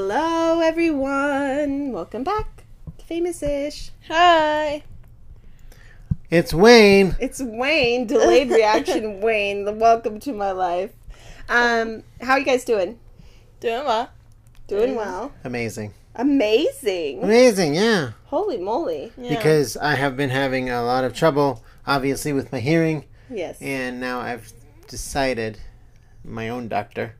Hello, everyone. Welcome back. Famous ish. Hi. It's Wayne. It's Wayne, delayed reaction Wayne. The welcome to my life. Um, how are you guys doing? Doing well. Doing well. Amazing. Amazing. Amazing, yeah. Holy moly. Yeah. Because I have been having a lot of trouble, obviously, with my hearing, Yes. and now I've decided, my own doctor,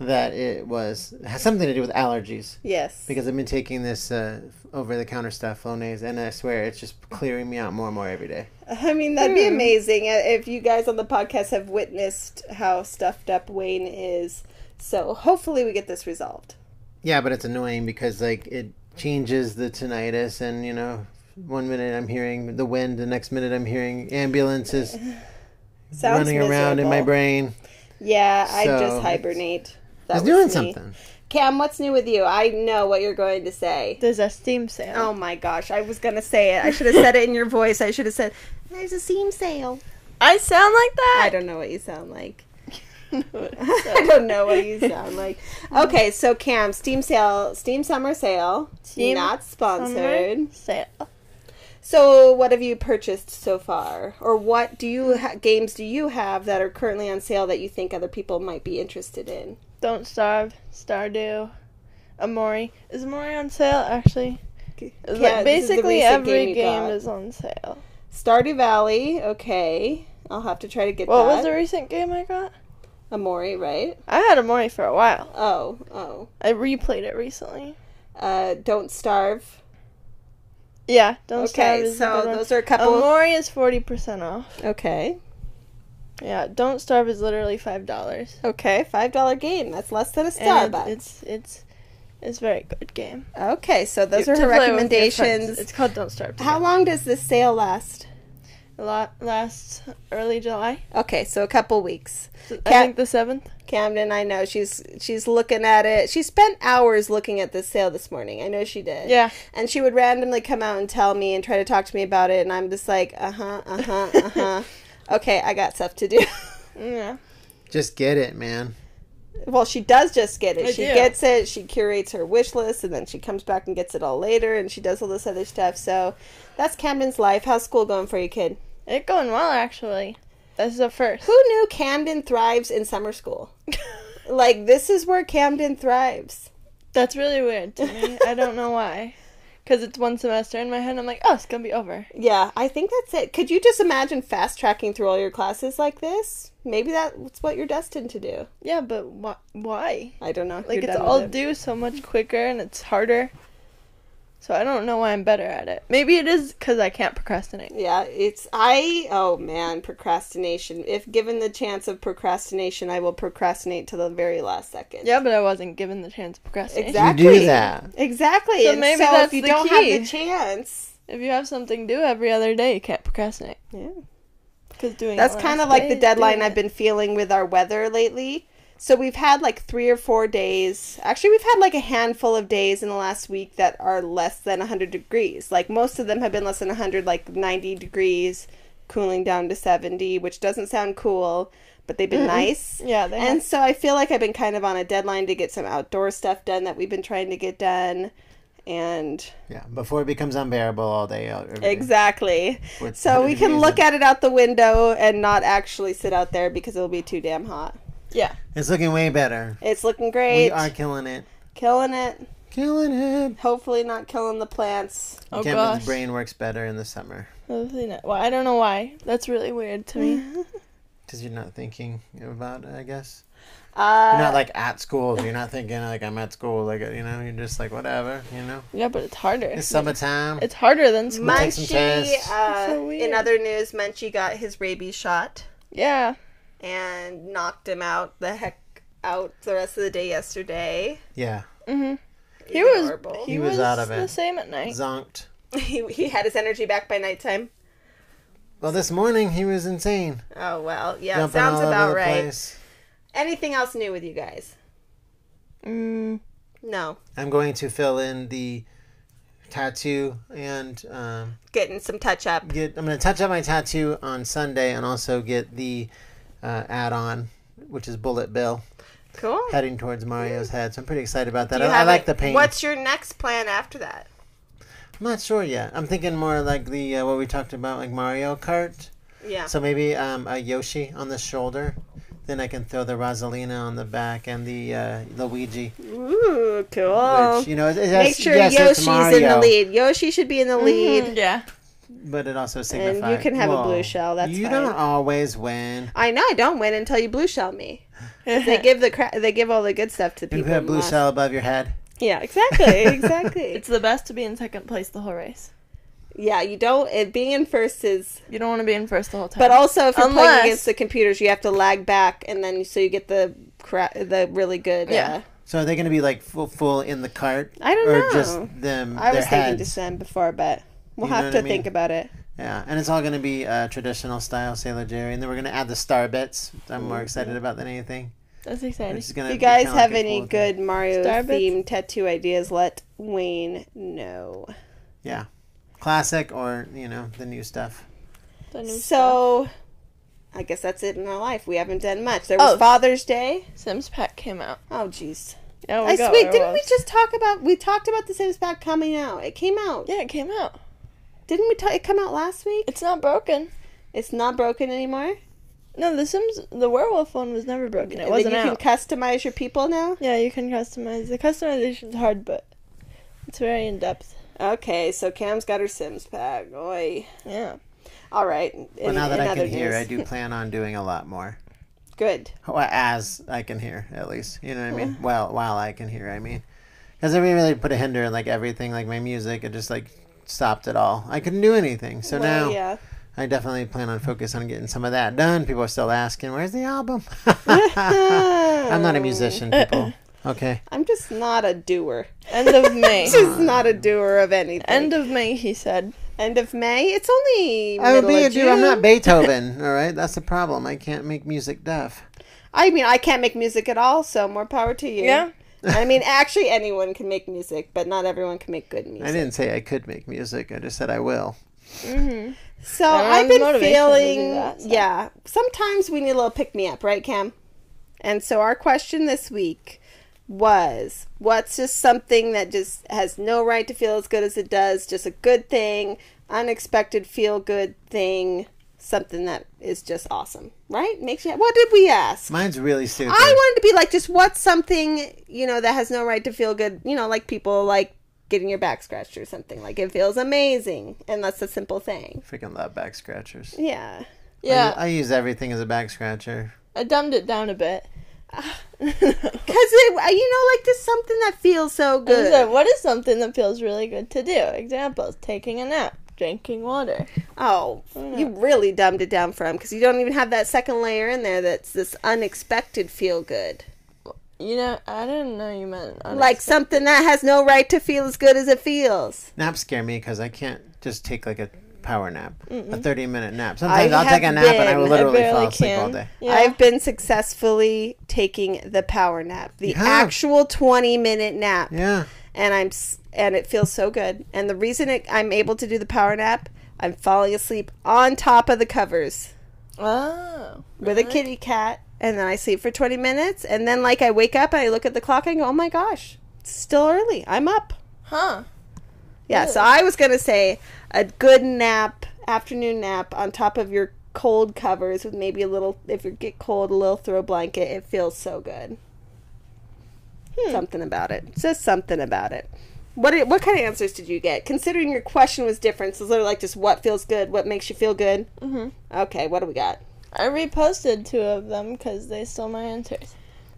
that it was has something to do with allergies. Yes. Because I've been taking this uh, over the counter stuff, Flonase, and I swear it's just clearing me out more and more every day. I mean, that'd Hmm. be amazing uh, if you guys on the podcast have witnessed how stuffed up Wayne is. So hopefully we get this resolved. Yeah, but it's annoying because like it changes the tinnitus, and you know, one minute I'm hearing the wind, the next minute I'm hearing ambulances Sounds running around in my miserable. brain. Yeah, I So, just it's- hibernate. That It's was doing me. something. Cam, what's new with you? I know what you're going to say. There's a steam sale. Oh my gosh, I was gonna say it. I should have said it in your voice. I should have said, "There's a seam sale." I sound like I that. don't know what you sound like. I I don't know what you sound like. Okay, so Cam, Steam sale, Steam summer sale, Steam not sponsored. Sale. So, what have you purchased so far, or what do you ha- games do you have that are currently on sale that you think other people might be interested in? Don't starve. Stardew. Amori. Is Amori on sale? Actually, Like, Cam, this is the basically recent every you game got. is on sale. Stardew Valley. Okay, I'll have to try to get What that. was the recent game I got? Amori, right? I had Amori for a while. Oh, oh. I replayed it recently. Uh, Don't starve. Yeah. Don't starve. Okay, is Oh. a so good one. those are a couple. Amori is forty percent off. okay, Yeah. Don't starve is literally five dollars. okay, five dollar game. That's less than a And Starbucks. it's it's it's a very good game. okay, so those You- are to her play with your friends. recommendations. It's called Don't Starve. How long does this sale last? La- last early July. Okay, so a couple weeks. So I Cat- think the seventh. Camden, I know she's she's looking at it. She spent hours looking at this sale this morning. I know she did. Yeah. And she would randomly come out and tell me and try to talk to me about it, and I'm just like, uh huh, uh huh, uh huh. okay, I got stuff to do. Yeah. Just get it, man. Well, she does just get it. I she do. gets it. She curates her wish list, and then she comes back and gets it all later, and she does all this other stuff. So that's Camden's life. How's school going for you, kid? It going well actually. That's the first. Who knew Camden thrives in summer school? Like this is where Camden thrives. That's really weird to me. I don't know why. Cause it's one semester in my head. I'm like, oh, it's gonna be over. Yeah, I think that's it. Could you just imagine fast tracking through all your classes like this? Maybe that's what you're destined to do. Yeah, but why? Why? I don't know. Like You're it's done all with it. due so much quicker and it's harder. So I don't know why I'm better at it. Maybe it is because I can't procrastinate. Yeah, it's I oh man, procrastination. If given the chance of procrastination, I will procrastinate to the very last second. Yeah, but I wasn't given the chance to procrastinate. Exact- You Exactly. do that. Exactly. So and maybe so if that's you the don't have the key. chance. If you have something due every other day, you can't procrastinate. Yeah. Because doing it That's last kind of like day the is deadline doing I've it. been feeling with our weather lately. So we've had like 3 or 4 days. Actually, we've had like a handful of days in the last week that are less than 100 degrees. Like most of them have been less than 100 like 90 degrees cooling down to 70, which doesn't sound cool, but they've been nice. Yeah, they And have. so I feel like I've been kind of on a deadline to get some outdoor stuff done that we've been trying to get done. And Yeah, before it becomes unbearable all day. all- every day. exactly. With So we can look reason. at it out the window and not actually sit out there because it'll be too damn hot. Yeah. It's looking way better. It's looking great. We are killing it. killing it. Killing it. Hopefully not killing the plants. Oh Cameron's gosh. brain works better in the summer Hopefully not. Well, I don't know why. That's really weird to me. because you're not thinking about it. I guess Uh, you're not like at school. You're not thinking like I'm at school. Like you know, you're just like whatever. You know, yeah, but it's harder. it's It's, summertime. harder than school. Mine- take some Munchie, uh, tests. That's so weird. in other news, Munchie got his rabies shot yeah. and knocked him out the heck out the rest of the day yesterday. yeah, hmm He He's was. adorable. He, He was, was out of the it. same at night. zonked. He, he had his energy back by nighttime. Well, this morning he was insane. Oh, well. Yeah, jumping sounds all over about the right. place. Anything else new with you guys? Mm, No. I'm going to fill in the tattoo and um, Getting some touch up. get I'm gonna touch up my tattoo on Sunday and also get the uh, add-on, which is Bullet Bill. Cool. heading towards Mario's head. So I'm pretty excited about that. Do you I, I have like it- the pain. What's your next plan after that? I'm not sure yet. I'm thinking more like the uh, what we talked about, like Mario Kart. Yeah. So maybe um, a Yoshi on the shoulder. Then I can throw the Rosalina on the back and the uh, Luigi, Ooh, cool. which you know, it, it Oh, Make has- sure yes, it's Yoshi's in the Mario, lead. Yoshi should be in the lead. Mm-hmm. Yeah. but it also signifies can have a blue shell, that's you fine. don't always win. I know I don't win until you blue shell me. They give the cra- they give all the good stuff to people. You put a in blue last- shell above your head. Yeah, exactly, exactly. it's the best to be in second place the whole race. yeah, you don't. It, being in first is, You don't want to be in first the whole time. but also if you're playing Unless- against the computers, you have to lag back, and then so you get the cra- the really good. Yeah. Uh, So are they going to be like full, full in the cart? I don't or know. just them? uh, I their was thinking heads? just then before, but we'll You know have what to I mean? think about it. Yeah, and it's all going to be uh, traditional style Sailor Jerry, and then we're going to add the star bits. which I'm more excited about than anything. that's exciting. Which is gonna If you be guys kinda like have a any cool thing. good Mario Starbits? themed tattoo ideas, let Wayne know. Yeah, classic or you know the new stuff. The new So, I guess that's it in our life. We haven't done much. There was Oh. Father's Day. stuff. Sims pack came out. Oh, jeez. Yeah, we I got sweet. Didn't we werewolves. just talk about? We talked about the Sims pack coming out. It came out. Yeah, it came out. Didn't we? Ta- it come out last week. It's not broken. It's not broken anymore. No, the Sims, the werewolf one was never broken. It And wasn't you out. can customize your people now. yeah, you can customize. The customization's hard, but it's very in depth. Okay, so Cam's got her Sims pack. Oi. Yeah. All right. Well, in- now that in I other can hear, news. I do plan on doing a lot more. Good. Well, as I can hear, at least you know what I mean. Well, while I can hear, I mean, because I mean, really put a hinder in like everything, like my music. It just like stopped it all. I couldn't do anything. So Well, now yeah. I definitely plan on focus on getting some of that done. People are still asking, "Where's the album?" I'm not a musician, people. Okay. I'm just not a doer. End of May. Just not a doer of anything. End of May, he said. End of May. It's only I would middle be a of June. dude. I'm not Beethoven. All right, that's the problem. I can't make music deaf. I mean, I can't make music at all, so more power to you. Yeah. I mean, actually, anyone can make music, but not everyone can make good I music. didn't say I could make music. I just said I will. Mm-hmm. So I don't I've have the been motivation to do feeling, that, so. yeah. Sometimes we need a little pick me up, right, Cam? And so our question this week was, what's just something that just has no right to feel as good as it does? Just a good thing, unexpected feel good thing, something that is just awesome, right? Makes you. What did we ask? Mine's really stupid. I wanted to be like, just what's something, you know, that has no right to feel good, you know, like people like getting your back scratched or something. Like it feels amazing. And that's a simple thing. Freaking love back scratchers. Yeah. Yeah, I, I use everything as a back scratcher. I dumbed it down a bit. Cause it, uh, you know, like just something that feels so I just good. said, what is something that feels really good to do? Examples: taking a nap, drinking water. oh, you really dumbed it down from because you don't even have that second layer in there. That's this unexpected feel good, You know, I didn't know you meant honest. like something that has no right to feel as good as it feels. Naps scare me because I can't just take like a power nap, a 30 minute nap. Sometimes I will have take a nap and I been- will I literally fall barely asleep all can. day. Yeah. I've been successfully taking the power nap, the You have? actual twenty minute nap. Yeah. and I'm s- and it feels so good. And the reason it, I'm able to do the power nap, I'm falling asleep on top of the covers oh, with a kitty cat, and then I sleep for 20 minutes, and then like I wake up and I look at the clock and I go, "Oh my gosh, it's still early. I'm up." huh? Yeah, so I was gonna say a good nap, afternoon nap on top of your cold covers with maybe a little if you get cold a little throw blanket it feels so good something about it just something about it what did, what kind of answers did you get considering your question was different so it's literally like just what feels good what makes you feel good Mhm. okay what do we got I reposted two of them because they stole my answers.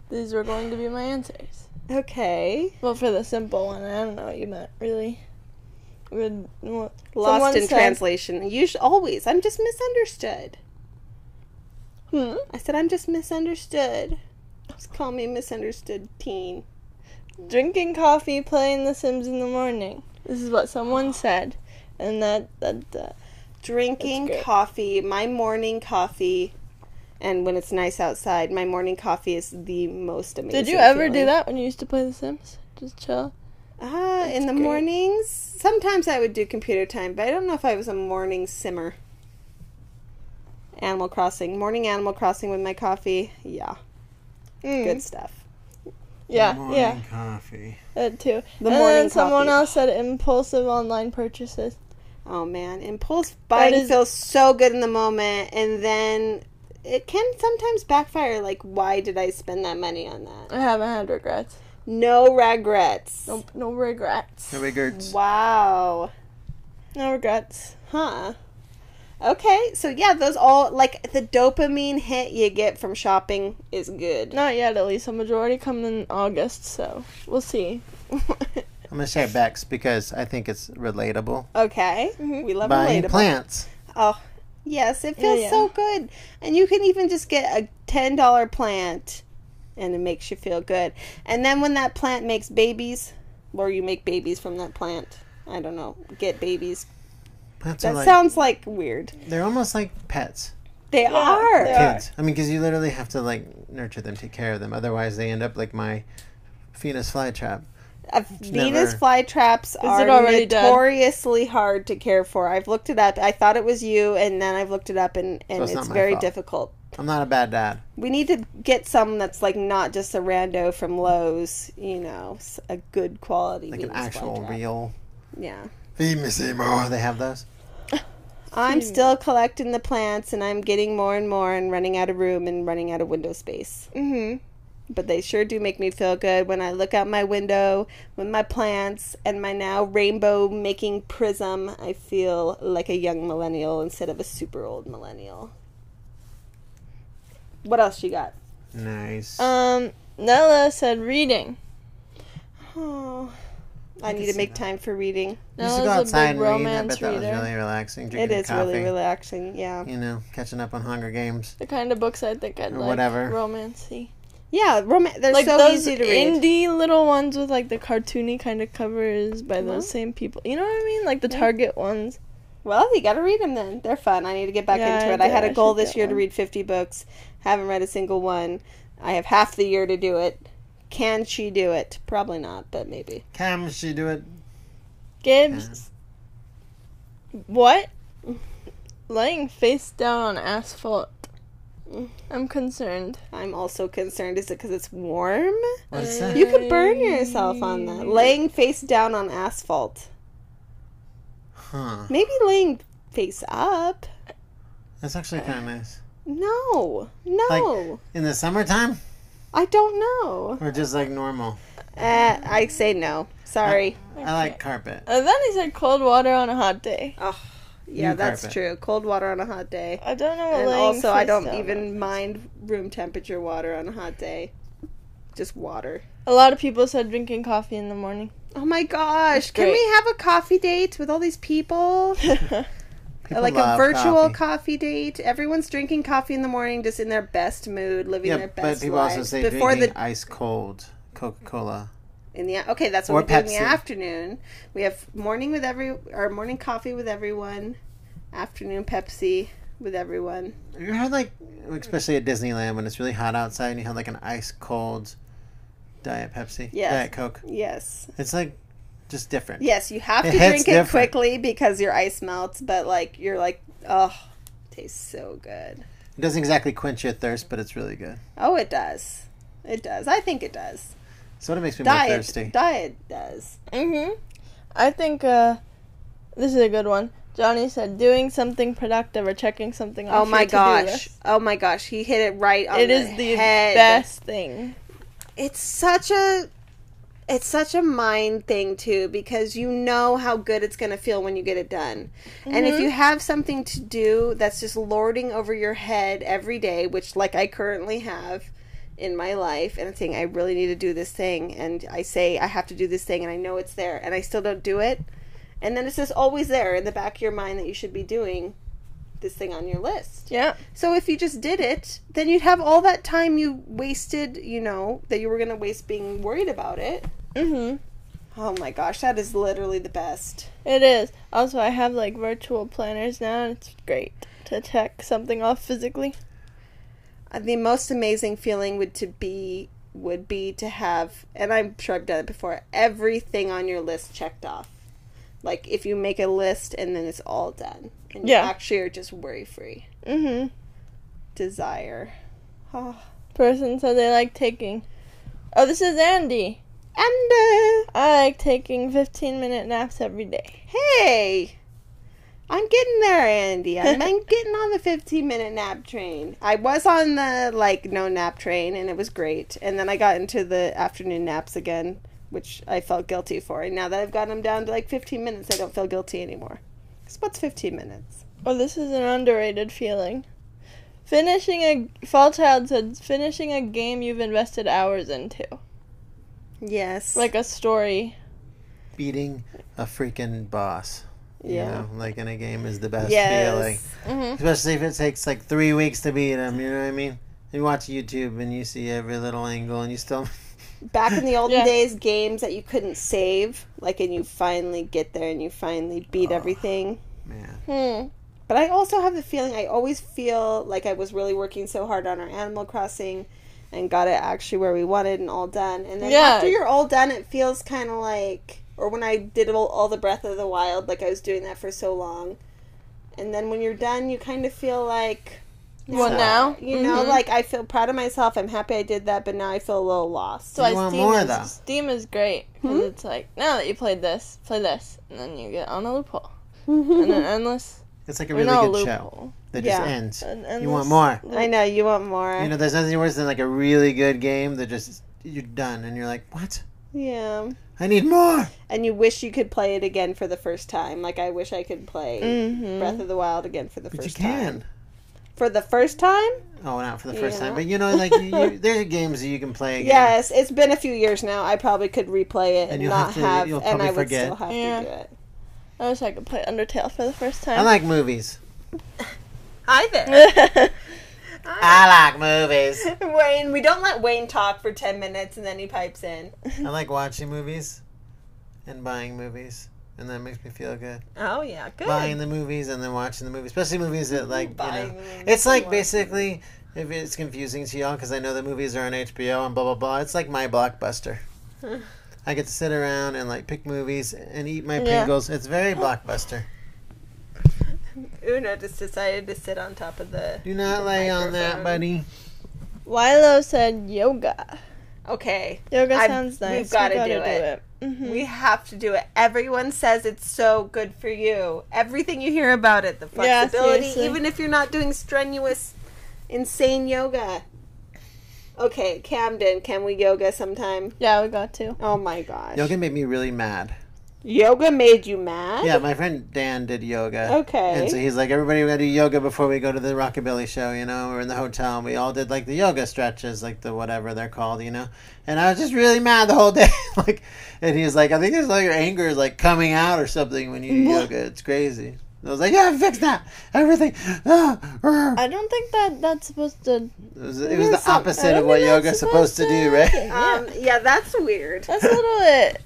These were going to be my answers. okay Well, for the simple one, I don't know what you meant really. Would- well, lost someone in said- translation usually always i'm just misunderstood Hmm? i said i'm just misunderstood just call me misunderstood teen drinking coffee, playing The Sims in the morning. This is what someone said, and that that, that drinking That's good. coffee, my morning coffee, and when it's nice outside, my morning coffee is the most amazing. Did you ever do feeling. that when you used to play The Sims? Just chill. Ah, in the great. mornings. Sometimes I would do computer time, but I don't know if I was a morning simmer. Hmm. Hmm. Animal Crossing, morning Animal Crossing with my coffee. Yeah, good stuff. Yeah, Morning yeah, coffee. that too. The and morning then someone coffee. else said impulsive online purchases. Oh man, impulse buying is- feels so good in the moment, and then it can sometimes backfire. Like, why did I spend that money on that? I haven't had regrets. No regrets. Nope, no regrets. No regrets. Wow. No regrets. Huh. Okay, so yeah, those all like the dopamine hit you get from shopping is good. Not yet, at least. A majority come in August, so we'll see. I'm gonna say Bex because I think it's relatable. Okay, Mm-hmm. we love Buying relatable. plants. Oh, yes, it feels yeah. so good. And you can even just get a $10 plant and it makes you feel good. And then when that plant makes babies, or you make babies from that plant, I don't know, get babies. Plants That are like sounds like weird. they're almost like pets. They are. Uh, they are. Kids. I mean, because you literally have to like nurture them, take care of them. Otherwise, they end up like my Venus flytrap. Uh, Venus never- flytraps are it already dead? notoriously hard to care for. I've looked it up. I thought it was you, and then I've looked it up, and, and So it's it's, not my very fault. difficult. I'm not a bad dad. We need to get some that's like not just a rando from Lowe's, you know, s- a good quality. Like an Venus actual flytrap. real Yeah. Venus Oh, they have those. I'm Hmm. still collecting the plants and I'm getting more and more and running out of room and running out of window space. Mm But they sure do make me feel good when I look out my window with my plants and my now rainbow making prism. I feel like a young millennial instead of a super old millennial. What else you got? Nice. hmm. Um, Nella said reading. Oh, I, can need to see make that. time for reading. you should Nella's go a outside big and read. I romance bet that was reader. really relaxing. It Drinking is coffee. really relaxing. Yeah. You know, catching up on Hunger Games. The kind of books I think I'd Or like. whatever. Romancey. Yeah, rom- they're like so those easy to read. indie little ones with like the cartoony kind of covers Uh-huh. by those same people. You know what I mean? Like the Target ones. Well, you got to read them then. They're fun. I need to get back Yeah, into I it. I had did. a I goal should this get year to one. read 50 books. Haven't read a single one. I have half the year to do it. Can she do it? Probably not, but maybe. Can she do it? Gibbs. What? Laying face down on asphalt. I'm concerned. I'm also concerned. Is it because it's warm? What's that? You could burn yourself on that. Laying face down on asphalt. Huh. Maybe laying face up. That's actually kind of nice. No. No. In the summertime, I don't know. or just like normal. Uh, I say no. Sorry. I like carpet. And Uh, then he said cold water on a hot day. Yeah, New that's carpet. true. Cold water on a hot day. I don't know what And laying also, I face don't down on. even mind room temperature water on a hot day. Just water. A lot of people said drinking coffee in the morning. Oh my gosh. Can we great. have a coffee date with all these people? Uh, People like a love virtual coffee. coffee. date. Everyone's drinking coffee in the morning, just in their best mood, living yeah, their best but people lives. also say Before drinking the ice cold Coca Cola. in the okay, that's or what we do in the Pepsi. afternoon. We have morning with every or morning coffee with everyone, afternoon Pepsi with everyone. Have you heard like, especially at Disneyland when it's really hot outside and you have like an ice cold Diet Pepsi, Yes. Diet Coke? Yes. It's like just different. Yes, you have It to hits drink it different. quickly because your ice melts, but like you're like, oh, tastes so good. It doesn't exactly quench your thirst, but it's really good. Oh, it does. It does. I think it does. So what makes me more Diet thirsty? diet does. Mm-hmm. I think uh, this is a good one. Johnny said doing something productive or checking something Oh off. my your to-do gosh. list. Oh my gosh. He hit it right on It the is the head. best thing. It's such a it's such a mind thing too because you know how good it's going to feel when you get it done. And if you have something to do that's just lording over your head every day, which like I currently have in my life and saying I really need to do this thing and I say I have to do this thing and I know it's there and I still don't do it. And then it's just always there in the back of your mind that you should be doing this thing on your list. Yeah. So if you just did it, then you'd have all that time you wasted, you know, that you were going to waste being worried about it. Mm-hmm. Oh my gosh, that is literally the best. It is. Also, I have like virtual planners now, and it's great to check something off physically. Uh, The most amazing feeling would to be would be to have, and I'm sure I've done it before, everything on your list checked off. Like if you make a list and then it's all done, and Yeah. you actually are just worry free. Mm-hmm. Desire. Oh, Person said they like taking Oh, this is Andy. And uh, I like taking 15 minute naps every day. hey, I'm getting there, Andy. I'm I'm getting on the 15 minute nap train. I was on the like no nap train, and it was great. And then I got into the afternoon naps again, which I felt guilty for. And now that I've gotten them down to like 15 minutes, I don't feel guilty anymore. Cause what's 15 minutes? Oh, this is an underrated feeling. Finishing a fall child said finishing a game you've invested hours into, Yes. like a story. Beating a freaking boss. You Yeah. know, like in a game is the best Yes. feeling. Mm-hmm. Especially if it takes like three weeks to beat them, you know what I mean? You watch YouTube and you see every little angle and you still. back in the olden Yeah. days games that you couldn't save like and you finally get there and you finally beat Oh. everything Man. Hmm. but i also have the feeling i always feel like i was really working so hard on our animal crossing and got it actually where we wanted and all done and then Yeah. after you're all done it feels kind of like or when i did all, all the breath of the wild like i was doing that for so long and then when you're done you kind of feel like Well, "Nah." now? you know Mhm. like i feel proud of myself i'm happy i did that but now i feel a little lost So I want Steam more, is, though. Steam is great Hmm? because it's like now that you played this, play this, and then you get on a loophole and an endless. It's like a or really not a good show loophole. that Yeah. just ends. An endless You want more. loop. I know you want more. You know, there's nothing worse than like a really good game that just you're done and you're like, what? yeah, I need more. and you wish you could play it again for the first time. Like I wish I could play Mhm. Breath of the Wild again for the But you first can. time. For the first time? Oh, not for the first Yeah. time, but you know, like you, you, there's games that you can play again. Yes, it's been a few years now. I probably could replay it and, And you'll not have to- have, you'll and probably I would forget. still have Yeah. to do it. I wish I could play Undertale for the first I time. like movies. Hi there, I like movies. Ah. Wayne. We don't let Wayne talk for ten minutes and then he pipes in. I like watching movies and buying movies, and that makes me feel good. Oh yeah, good. Buying the movies and then watching the movies, especially movies that like you Buying know, the movies it's like and watching basically if it's confusing to y'all because I know the movies are on HBO and blah blah blah. It's like my blockbuster. I get to sit around and like pick movies and eat my Yeah. Pringles. It's very blockbuster. Una just decided to sit on top of the. Do not lay on microphone. that, buddy. Wilo said yoga. Okay, Yoga I- sounds we've nice. gotta We do it. Mhm. We have to do it. Everyone says it's so good for you. Everything you hear about it, the Yeah, flexibility, seriously. even if you're not doing strenuous, insane yoga. Okay, Camden, can we yoga sometime? Yeah, we got to. Oh my gosh. Yoga made me really mad. Yoga made you mad? Oh, Yeah, my friend Dan did yoga. Okay. And so he's like, everybody, we gotta do yoga before we go to the rockabilly show, you know? We're in the hotel and we all did like the yoga stretches, like the whatever they're called, you know? And I was just really mad the whole day. like, and he's like, I think it's like your anger is like coming out or something when you do yoga. It's crazy. I was like, yeah, fix that. Everything. Ah, I don't think that that's supposed to. it was, it was There's the some- I opposite don't of what think that's yoga's supposed to do, right? Yeah. Um, yeah, that's weird. That's a little bit.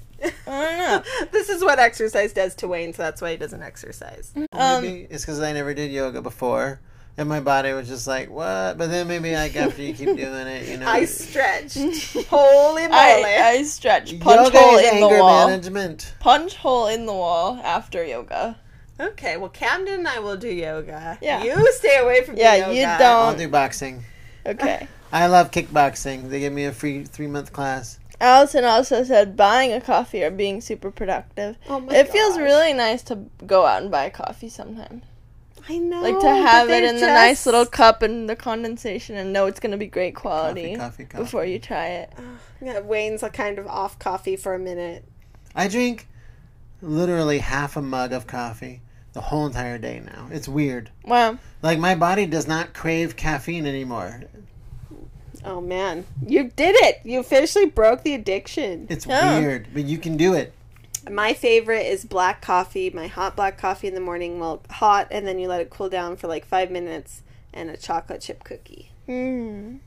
I this is what exercise does to Wayne, so that's why he doesn't exercise. Um, Maybe it's because I never did yoga before, and my body was just like, "What?" But then maybe like after you keep doing it, you know, I stretched. Holy moly. I, I stretch. Punch hole in the wall. management. Punch hole in the wall after yoga. okay, well, Camden and I will do yoga. Yeah. You stay away from the Yeah, yoga. you don't. I'll do boxing. Okay. I love kickboxing. They gave me a free three month class. Allison also said buying a coffee or being super productive. Oh my it feels gosh. really nice to go out and buy a coffee sometimes. I know. Like to Oh, but have it they're in the nice just- little cup and the condensation and know it's going to be great quality Coffee, coffee, coffee. before you try it. Yeah, Wayne's a kind of off coffee for a minute. I drink literally half a mug of coffee the whole entire day now. It's weird. Wow. Like my body does not crave caffeine anymore. Oh man, you did it! You officially broke the addiction. It's Yeah. weird, but you can do it. My favorite is black coffee. My hot black coffee in the morning, well, hot, and then you let it cool down for like five minutes, and a chocolate chip cookie. Mm.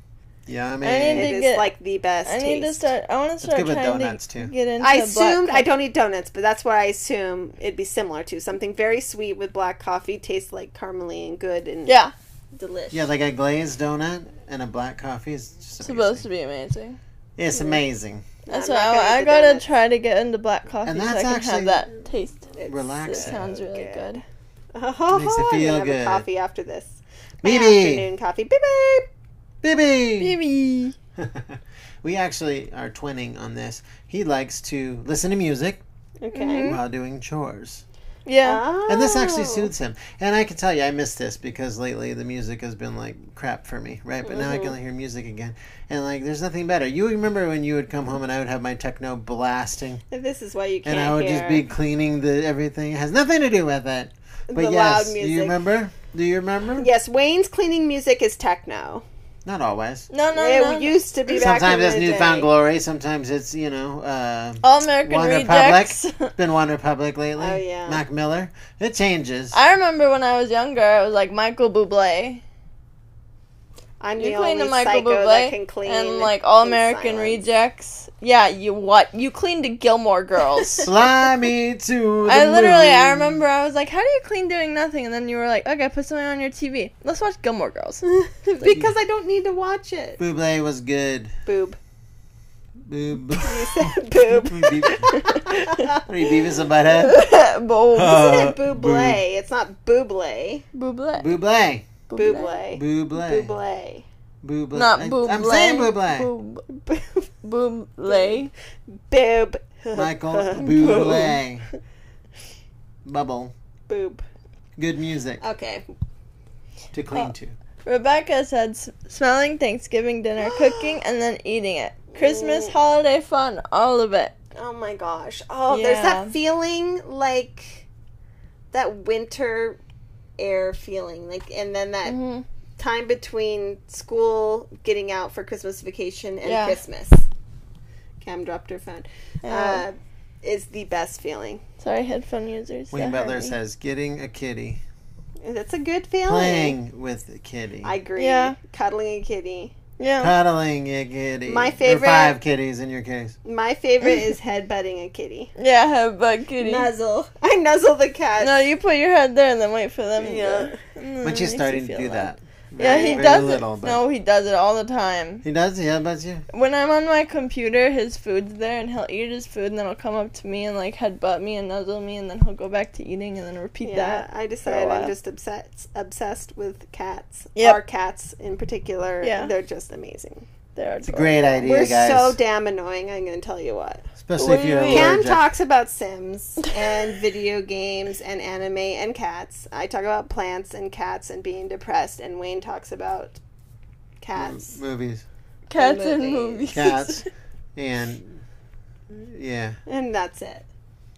Yeah, I mean, I need It to is get- like the best. I need to taste. start. I want to start good with trying donuts, to too. get into. I black assumed I coffee. don't eat donuts, but that's what I assume it'd be similar to something very sweet with black coffee. Tastes like caramely and good and Yeah, delicious. yeah, like a glazed donut and a black coffee is just amazing. supposed to be amazing. It's amazing. That's I'm why not gonna I, eat I the gotta donuts. try to get into black coffee And so I that's can have actually that taste. It's- It Relaxing. it's- sounds really good. good. Makes it I'm feel Oh, gonna have a good. coffee after this. My Maybe. afternoon coffee. Beep, beep. Baby. Baby. well, We actually are twinning on this. He likes to listen to music Okay. while doing chores. Yeah. Mm-hmm. And this actually Hmm? Oh. suits him. And I can tell you, I miss this because lately the music has been like crap for me, right? But now I can Mm-hmm. hear music again. And like, there's nothing better. You remember when you would come home and I would have my techno blasting This is why you can't and I would hear just be cleaning the everything. It has nothing to do with it. But the yes, loud do music. you remember? Do you remember? Yes, Wayne's cleaning music is techno. Not always. No, no, it no. used to be back Sometimes in it's the newfound day. glory. Sometimes it's you know. Uh, All American One Rejects. Republic. Been One Republic lately. Oh, yeah. Mac Miller. It changes. I remember when I was younger, it was like Michael Bublé I'm You the clean only the Michael psycho Bublé that can clean and like All in American silence. Rejects. Yeah, you what? You cleaned to Gilmore Girls. Fly me to. The I literally, I moon. remember I was like, "How do you clean doing nothing?" And then you were like, "Okay, put something on your TV. Let's watch Gilmore Girls." because I don't need to watch it. Buble was good. Boob. Boob. You said boob. What are Isn't you Are you Beavis and Butthead? Bo- it Uh, boob. buble? It's not buble. Bublé. Buble. Buble. Buble. Buble. Buble. Not I- Bublé. I'm saying Buble. Bub- Boob. Bublé. Boob. Michael Boob. Buble. Bubble. Boob. Good music Okay. to cling to. Rebecca said s- smelling Thanksgiving dinner, cooking, and then eating it. Christmas, holiday fun, all of it. Oh my gosh. Oh, there's that Yeah. feeling like that winter air feeling like and then Uh, that Mhm. time between school getting out for Christmas vacation and Yeah. Christmas. Cam dropped her phone. Uh, Yeah. is the best feeling. Sorry, headphone users. that Wayne Butler hurt me. says, getting a kitty. That's a good feeling. Playing with a kitty. I agree. Yeah. Cuddling a kitty. "Yeah, Cuddling a kitty. My Or favorite- five kitties in your case. My favorite is headbutting a kitty. yeah, headbutt kitty." Nuzzle. I nuzzle the cat. No, you put your head there and then wait for them. Yeah. To Mm, But makes she's you starting to feel do loved. that. Yeah, Very- he very does little, it. but- No, he does it all the time. He does? Yeah, about you? When I'm on my computer, his food's there, and he'll eat his food, and then he'll come up to me and like headbutt me and nuzzle me, and then he'll go back to eating, and then repeat Yeah, that. I decided I'm while. just obsessed obsessed with cats. Yep. Our cats in particular. Yeah. They're just amazing. There, It's a great idea, We're guys. so damn annoying, I'm gonna tell you what. Especially What if do you're you mean? Cam allergic. talks about Sims and video games and anime and cats. I talk about plants and cats and being depressed and Wayne talks about cats. Movies. Cats in Movies. movies. Cats. And yeah, And that's it.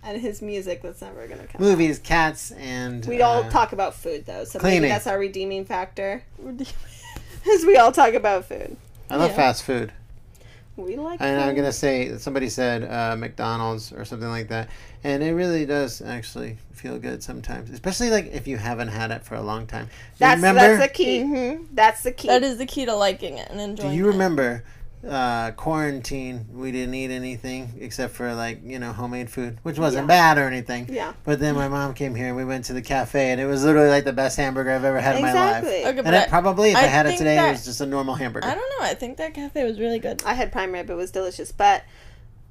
And his music that's never gonna come. movies, cats, and We all uh, talk about food though, so maybe cleaning. that's our redeeming factor. Is we all talk about food. I love yeah. fast food, We like and I'm food. gonna say somebody said uh, McDonald's or something like that, and it really does actually feel good sometimes, especially like if you haven't had it for a long time. Do That's you remember? that's the key. Mhm. That's the key. That is the key to liking it and enjoying. Do you it. remember? Uh, quarantine, we didn't eat anything except for like you know homemade food, which wasn't bad or anything. yeah, But then my mom came here and we went to the cafe, and it was literally like the best hamburger I've ever had in my life. exactly. Okay, And but it probably, if I, I had it think today, it that- was just a normal hamburger. I don't know. I think that cafe was really good. I had prime rib; it was delicious. But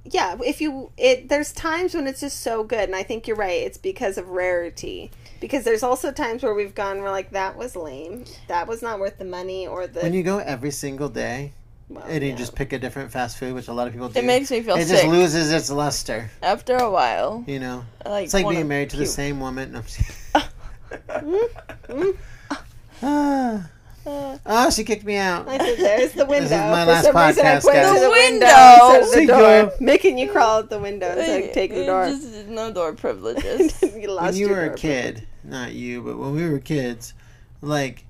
yeah, if you it, there's times when it's just so good, and I think you're right. It's because of rarity. Because there's also times where we've gone, we're like, that was lame. That was not worth the money or the. when you go every single day well, and you yeah. just pick a different fast food, which a lot of people do, Oh, It makes me feel it sick just loses its luster. after a while. You know, I, Like it's like wanna being married to the puke. same woman. No, I'm just- mm. Ah. Uh, oh, she kicked me out. I said, there's the window. This is my For last some reason, I podcast, pointed guys. to the The window, window. instead of the See door, you. making you crawl out the window instead of take the you door. Just no door privileges. you lost when you your were door. a kid, not you, but when we were kids, like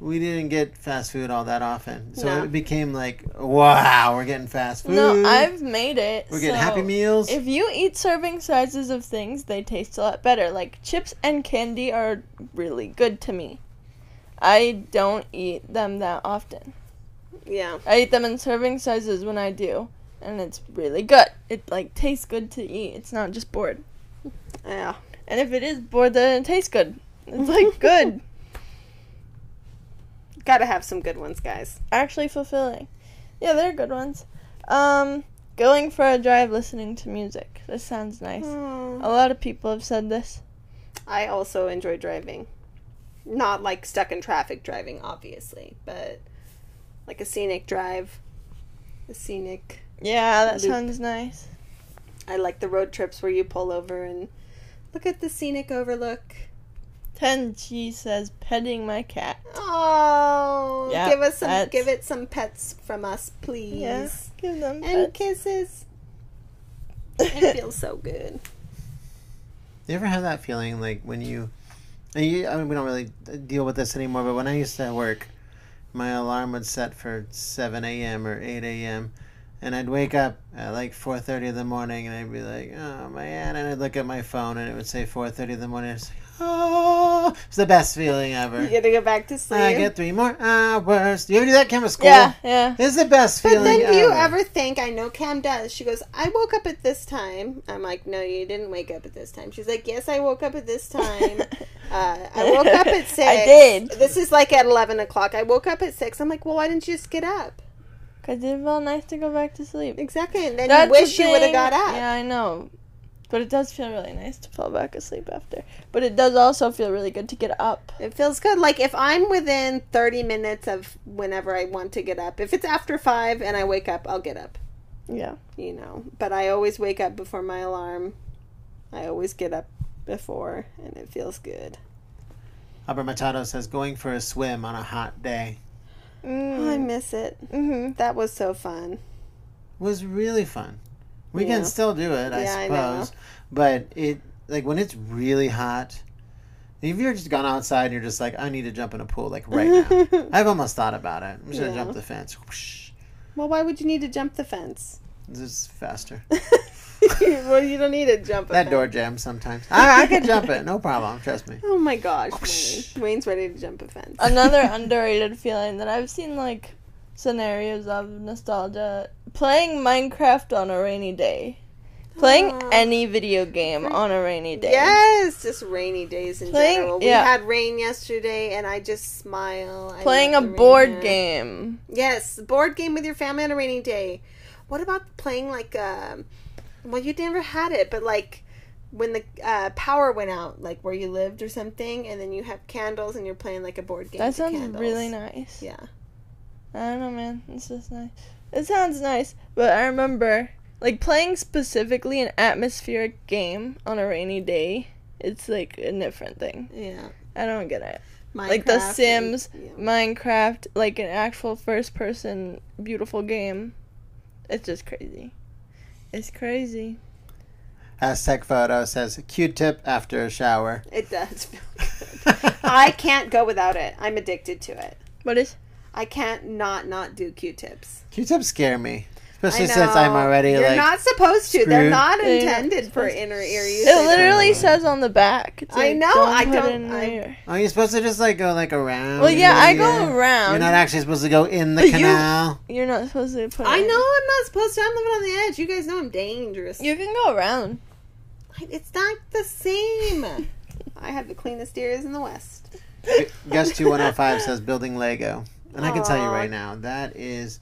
we didn't get fast food all that often, so No. it became like, wow, we're getting fast food. no, I've made it. we're getting so happy meals. If you eat serving sizes of things, they taste a lot better. Like chips and candy are really good to me. I don't eat them that often. Yeah. I eat them in serving sizes when I do, and it's really good. It like tastes good to eat. It's not just bored. Yeah. And if it is bored, then it tastes good. It's like good, Gotta have some good ones, guys. actually fulfilling. Yeah, they're good ones. Um, going for a drive, listening to music. This sounds nice. Mm. A lot of people have said this. Oh, I also enjoy driving. Not like stuck in traffic driving, obviously, but like a scenic drive. the scenic. Yeah, that Loop. sounds nice. I like the road trips where you pull over and look at the scenic overlook. Tenchi says petting my cat. Oh, Yeah, give us some, pets. give it some pets from us, please, Yeah, give them and pets. kisses. It feels so good. Do you ever have that feeling like when you, and you, I mean, we don't really deal with this anymore, but when I used to work, my alarm would set for 7 a.m. or 8 a.m. And I'd wake up at like 4.30 in the morning and I'd be like, oh man. And I'd look at my phone and it would say 4.30 in the morning. It's like, oh, it's the best feeling ever. You gotta go back to sleep. I get three more hours. Do you ever do that kind of school? yeah, yeah. It's the best But feeling then do you ever. ever think, I know Cam does, she goes, I woke up at this time. I'm like, no, you didn't wake up at this time. She's like, yes, I woke up at this time. Uh, I woke up at 6. I did. This is like at 11 o'clock. I woke up at 6. I'm like, well, why didn't you just get up? Cause it felt nice to go back to sleep. Exactly. And then you That's the wish you would have thing- got up. Yeah, I know. But it does feel really nice to fall back asleep after. But it does also feel really good to get up. It feels good. Like if I'm within 30 minutes of whenever I want to get up, if it's after 5 and I wake up, I'll get up, Yeah. you know. But I always wake up before my alarm. I always get up before, and it feels good. Albert Machado says, going for a swim on a hot day Oh, I Mm. miss it. Mhm. That was so fun. was really fun. We Yeah. can still do it, I Yeah, I know. suppose. but it, like, when it's really hot, if you're just gone outside and you're just like, I need to jump in a pool, like, right now. I've almost thought about it. I'm just going to Yeah. jump the fence. Whoosh. well, why would you need to jump the fence? This is faster. well, you don't need to jump a That fence. door jams sometimes. I, I could jump it, no problem. Trust me. Oh my gosh, Wayne. Wayne's ready to jump a fence. Another underrated feeling that I've seen like scenarios of nostalgia playing Minecraft on a rainy day. Playing Aw. any video game on a rainy day. Yes, just rainy days in Playing- general. We yeah. had rain yesterday, and I just smile. I Playing a love the rain now. board game. Yes, board game with your family on a rainy day. What about playing like um well you never had it, but like when the uh, power went out, like where you lived or something, and then you have candles and you're playing like a board game. That with sounds candles. really nice. Yeah. I don't know, man. It's just nice. It sounds nice, but I remember like playing specifically an atmospheric game on a rainy day. It's like a different thing. Yeah. I don't get it. Like The Minecraft and- Sims. yeah. Minecraft, like an actual first person beautiful game. It's just crazy. It's crazy. Aztec Photo says, Q-tip after a shower. It does feel good. I can't go without it. I'm addicted to it. But it's I can't not not do Q-tips. Q-tips scare me. I Especially since I'm know. already, You're like... not supposed to. They're screwed. not They're not intended for supposed to. inner ear it usage. literally says on the back. It's I know, I put don't- it in I- there." Oh, you're supposed to just like go like around. Well, yeah, I go You're around. not actually supposed to go in the But you- canal. You're not supposed to put. it I in. know I'm not supposed to. I'm living on the edge. You guys know I'm dangerous. You can go around. It's not the same. I have the cleanest ears in the West. Gus two one zero five says building Lego, and I can tell you Aw. right now that is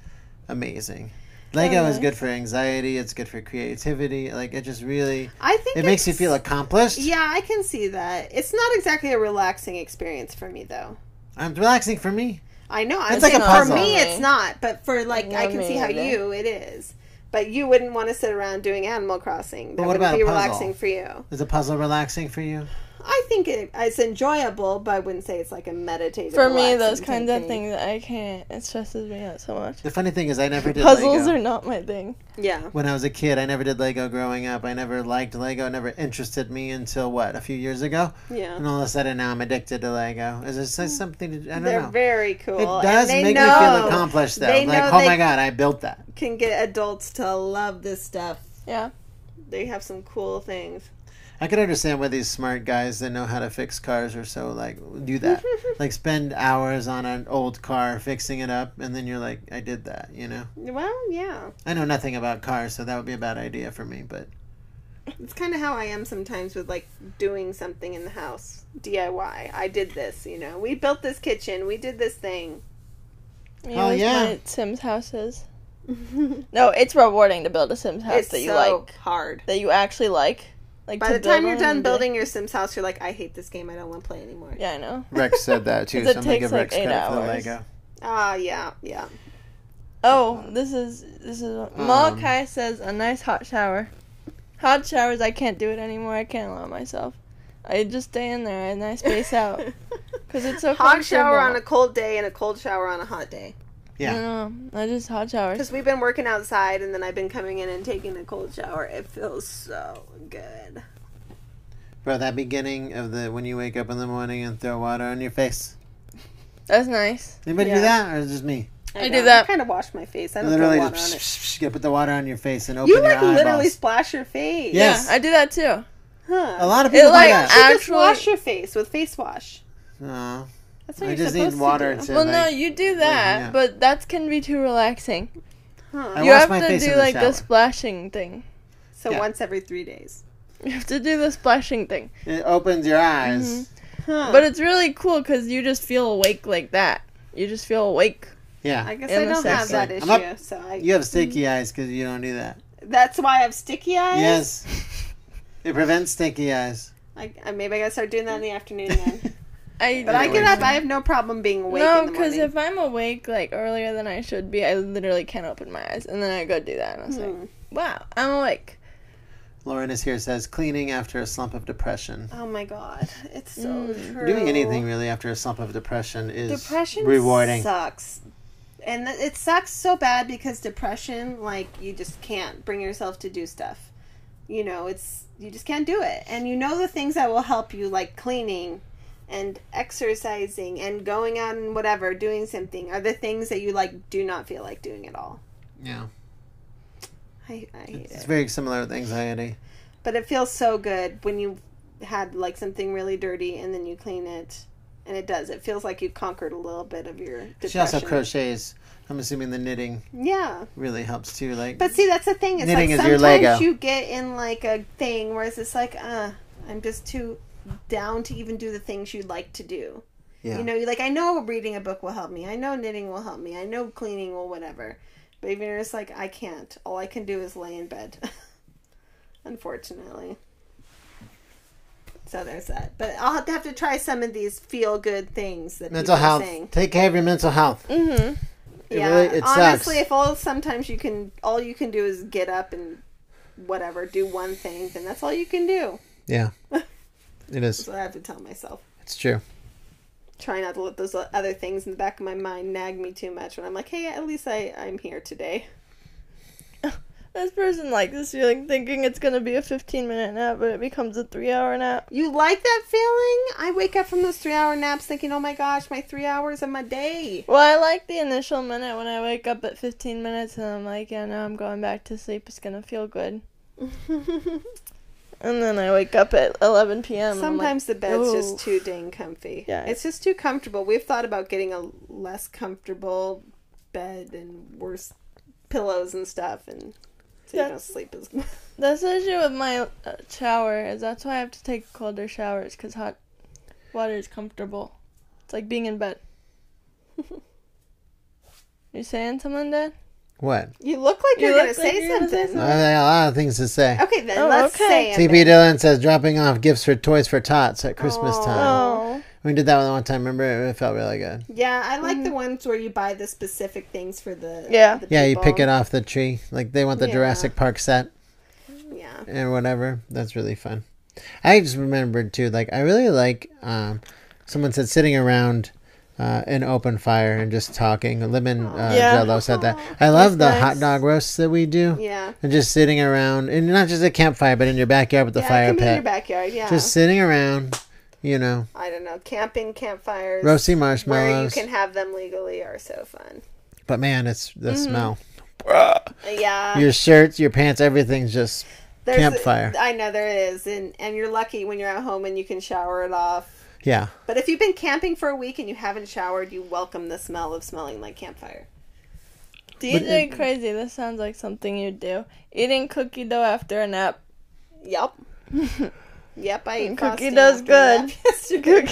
amazing. Lego is good for anxiety. It's good for creativity. Like it just really I think it makes you it's- feel accomplished. Yeah, I can see that. It's not exactly a relaxing experience for me, though. Um, it's relaxing for me. I know. I'm It's like saying a For puzzle. me, it's not. But for like, No, I can me see how neither. you it is. But you wouldn't want to sit around doing Animal Crossing. That But what wouldn't about be a puzzle? relaxing for you. Is a puzzle relaxing for you? I think it, it's enjoyable, but I wouldn't say it's like a meditative. For me, those relaxing kinds type of thing. things I can't. It stresses me out so much. The funny thing is, I never did Puzzles are Lego. not my thing. Yeah. When I was a kid, I never did Lego growing up. I never liked Lego. It never interested me until what a few years ago. Yeah. And all of a sudden now I'm addicted to Lego. Is this Mm. like something to do? I don't They're know. very cool. it and does they make me know feel accomplished though. They like, know oh they my god, I built that. can get adults to love this stuff. Yeah. They have some cool things. I can understand why these smart guys that know how to fix cars are so like do that. like spend hours on an old car fixing it up and then you're like, I did that, you know? Well, yeah. I know nothing about cars, so that would be a bad idea for me, but It's kind of how I am sometimes with like doing something in the house. DIY. I did this, you know. We built this kitchen. We did this thing. Me Oh, with yeah. My Sims houses. it's No, it's rewarding to build a Sims house that you so like, hard. that you actually like. Like By to the build time you're one done and be like- building your Sims house, you're like, I hate this game. I don't want to play anymore. Yeah, I know. Oh. Rex said that too, 'Cause so it I'm gonna takes, give like, Rex eight credit for the hours. Lego. Ah, yeah, yeah. Oh, this is this is what Ma Um, Kai says a nice hot shower. Hot showers, I can't do it anymore. I can't allow myself. I just stay in there and I space out because it's so hot shower on a comfortable. cold day and a cold shower on a hot day. Yeah. No, no, I just hot showers. Because we've been working outside and then I've been coming in and taking a cold shower. It feels so good. Bro, that beginning of the when you wake up in the morning and throw water on your face. That's nice. Anybody do Yeah. that, or is it just me? I do don't- that. I kind of wash my face. I don't literally, throw water just on it. you put the water on your face and open You your like eyeballs. literally splash your face. Yeah. Yes. Yeah, I do that too. Huh. A lot of people It, like, do that. I- You just Actually- wash your face with face wash. Aw. That's what I you're just supposed need water to to. do. well, like, no, you do that, yeah. but that can be too relaxing. Huh. I you wash have my to face in do the like shower. the splashing thing. So Yeah. once every three days. You have to do the splashing thing. It opens your eyes. Mm-hmm. Huh. But it's really cool because you just feel awake like that. You just feel awake. Yeah. I Mm-hmm. guess in I the don't have sex that life. issue. I'm up- So I, You have sticky eyes because you don't do that. that's why I have sticky eyes. Yes. It prevents sticky eyes. I, I, maybe I gotta start doing that in the afternoon then. I, But I Anyway, get up. so- I have no problem being awake. No, in the morning. because if I'm awake like earlier than I should be, I literally can't open my eyes, and then I go do that, and I was Hmm. like, "Wow, I'm awake." Lauren is here says cleaning after a slump of depression. Oh my god, it's so Mm. true. Doing anything really after a slump of depression is depression rewarding. sucks, and th- it sucks so bad because depression, like you just can't bring yourself to do stuff. You know, it's you just can't do it, and you know the things that will help you, like cleaning. And exercising and going out and whatever, doing something, are the things that you like do not feel like doing at all. Yeah. I, I hate It's it. very similar with anxiety. But it feels so good when you had like something really dirty and then you clean it. And it does. It feels like you conquered a little bit of your depression. She also crochets. I'm assuming the knitting Yeah. really helps too. Like But see, that's the thing. It's Knitting like is your sometimes Lego. you get in like a thing where it's just like, uh, I'm just too down to even do the things you like to do. Yeah. You know, you're like, I know reading a book will help me. I know knitting will help me. I know cleaning will whatever. But even it's like, I can't. All I can do is lay in bed. Unfortunately. So there's that. But I'll have to, have to try some of these feel good things that mental people health. are saying. Mm. Take care of your mental health. Mm-hmm. It yeah. really- it Honestly, sucks. if all sometimes you can, all you can do is get up and whatever, do one thing, then that's all you can do. Yeah. it is. That's what I have to tell myself. It's true. Try not to let those other things in the back of my mind nag me too much when I'm like, hey, at least I, I'm here today. This person likes this feeling, thinking it's gonna be a 15 minute nap, but it becomes a three hour nap. You like that feeling? I wake up from those three hour naps thinking, oh my gosh, my three hours of my day. Well, I like the initial minute when I wake up at 15 minutes, and I'm like, "Yeah, now I'm going back to sleep. It's gonna feel good." And then I wake up at 11 p.m. and I'm like, Sometimes the bed's just "Ooh." too dang comfy. Yeah. It's just too comfortable. We've thought about getting a less comfortable bed and worse pillows and stuff and so you Yeah. don't sleep as That's the issue with my uh, shower is that's why I have to take colder showers because hot water is comfortable. It's like being in bed. you saying something, Dad? What? You look like You you're gonna look like say you're gonna say something. I have a lot of things to say. Okay then, Oh, let's okay. say it. TP then. Dylan says dropping off gifts for toys for tots at Christmas Aw. time. Oh, We did that one one time. Remember, it, it felt really good. Yeah, I like the ones where you buy the specific things for the mm. Yeah. the Yeah, you people. pick it off the tree. Like they want the Yeah. Jurassic Park set Yeah. and whatever. That's really fun. I just remembered too. Like I really like. Um, someone said sitting around. Uh, an open fire and just talking. Lemon uh, Yeah. Jello said that. I love the That's nice. hot dog roasts that we do. Yeah. And just sitting around, and not just a campfire, but in your backyard with the yeah, it fire can be in your pit. backyard, yeah. Just sitting around, you know, I don't know. Camping campfires roasting where you marshmallows. can have them legally are so fun. But man, it's the smell. Yeah. Your shirts, your pants, everything's just There's Campfire. I know there is, and and you're lucky when you're at home and you can shower it off. yeah. But if you've been camping for a week and you haven't showered, you welcome the smell of smelling like campfire. DJ Oh, Crazy, this sounds like something you do. Eating cookie dough after a nap. Yep. yep, I ate Cookie frosting does after good. that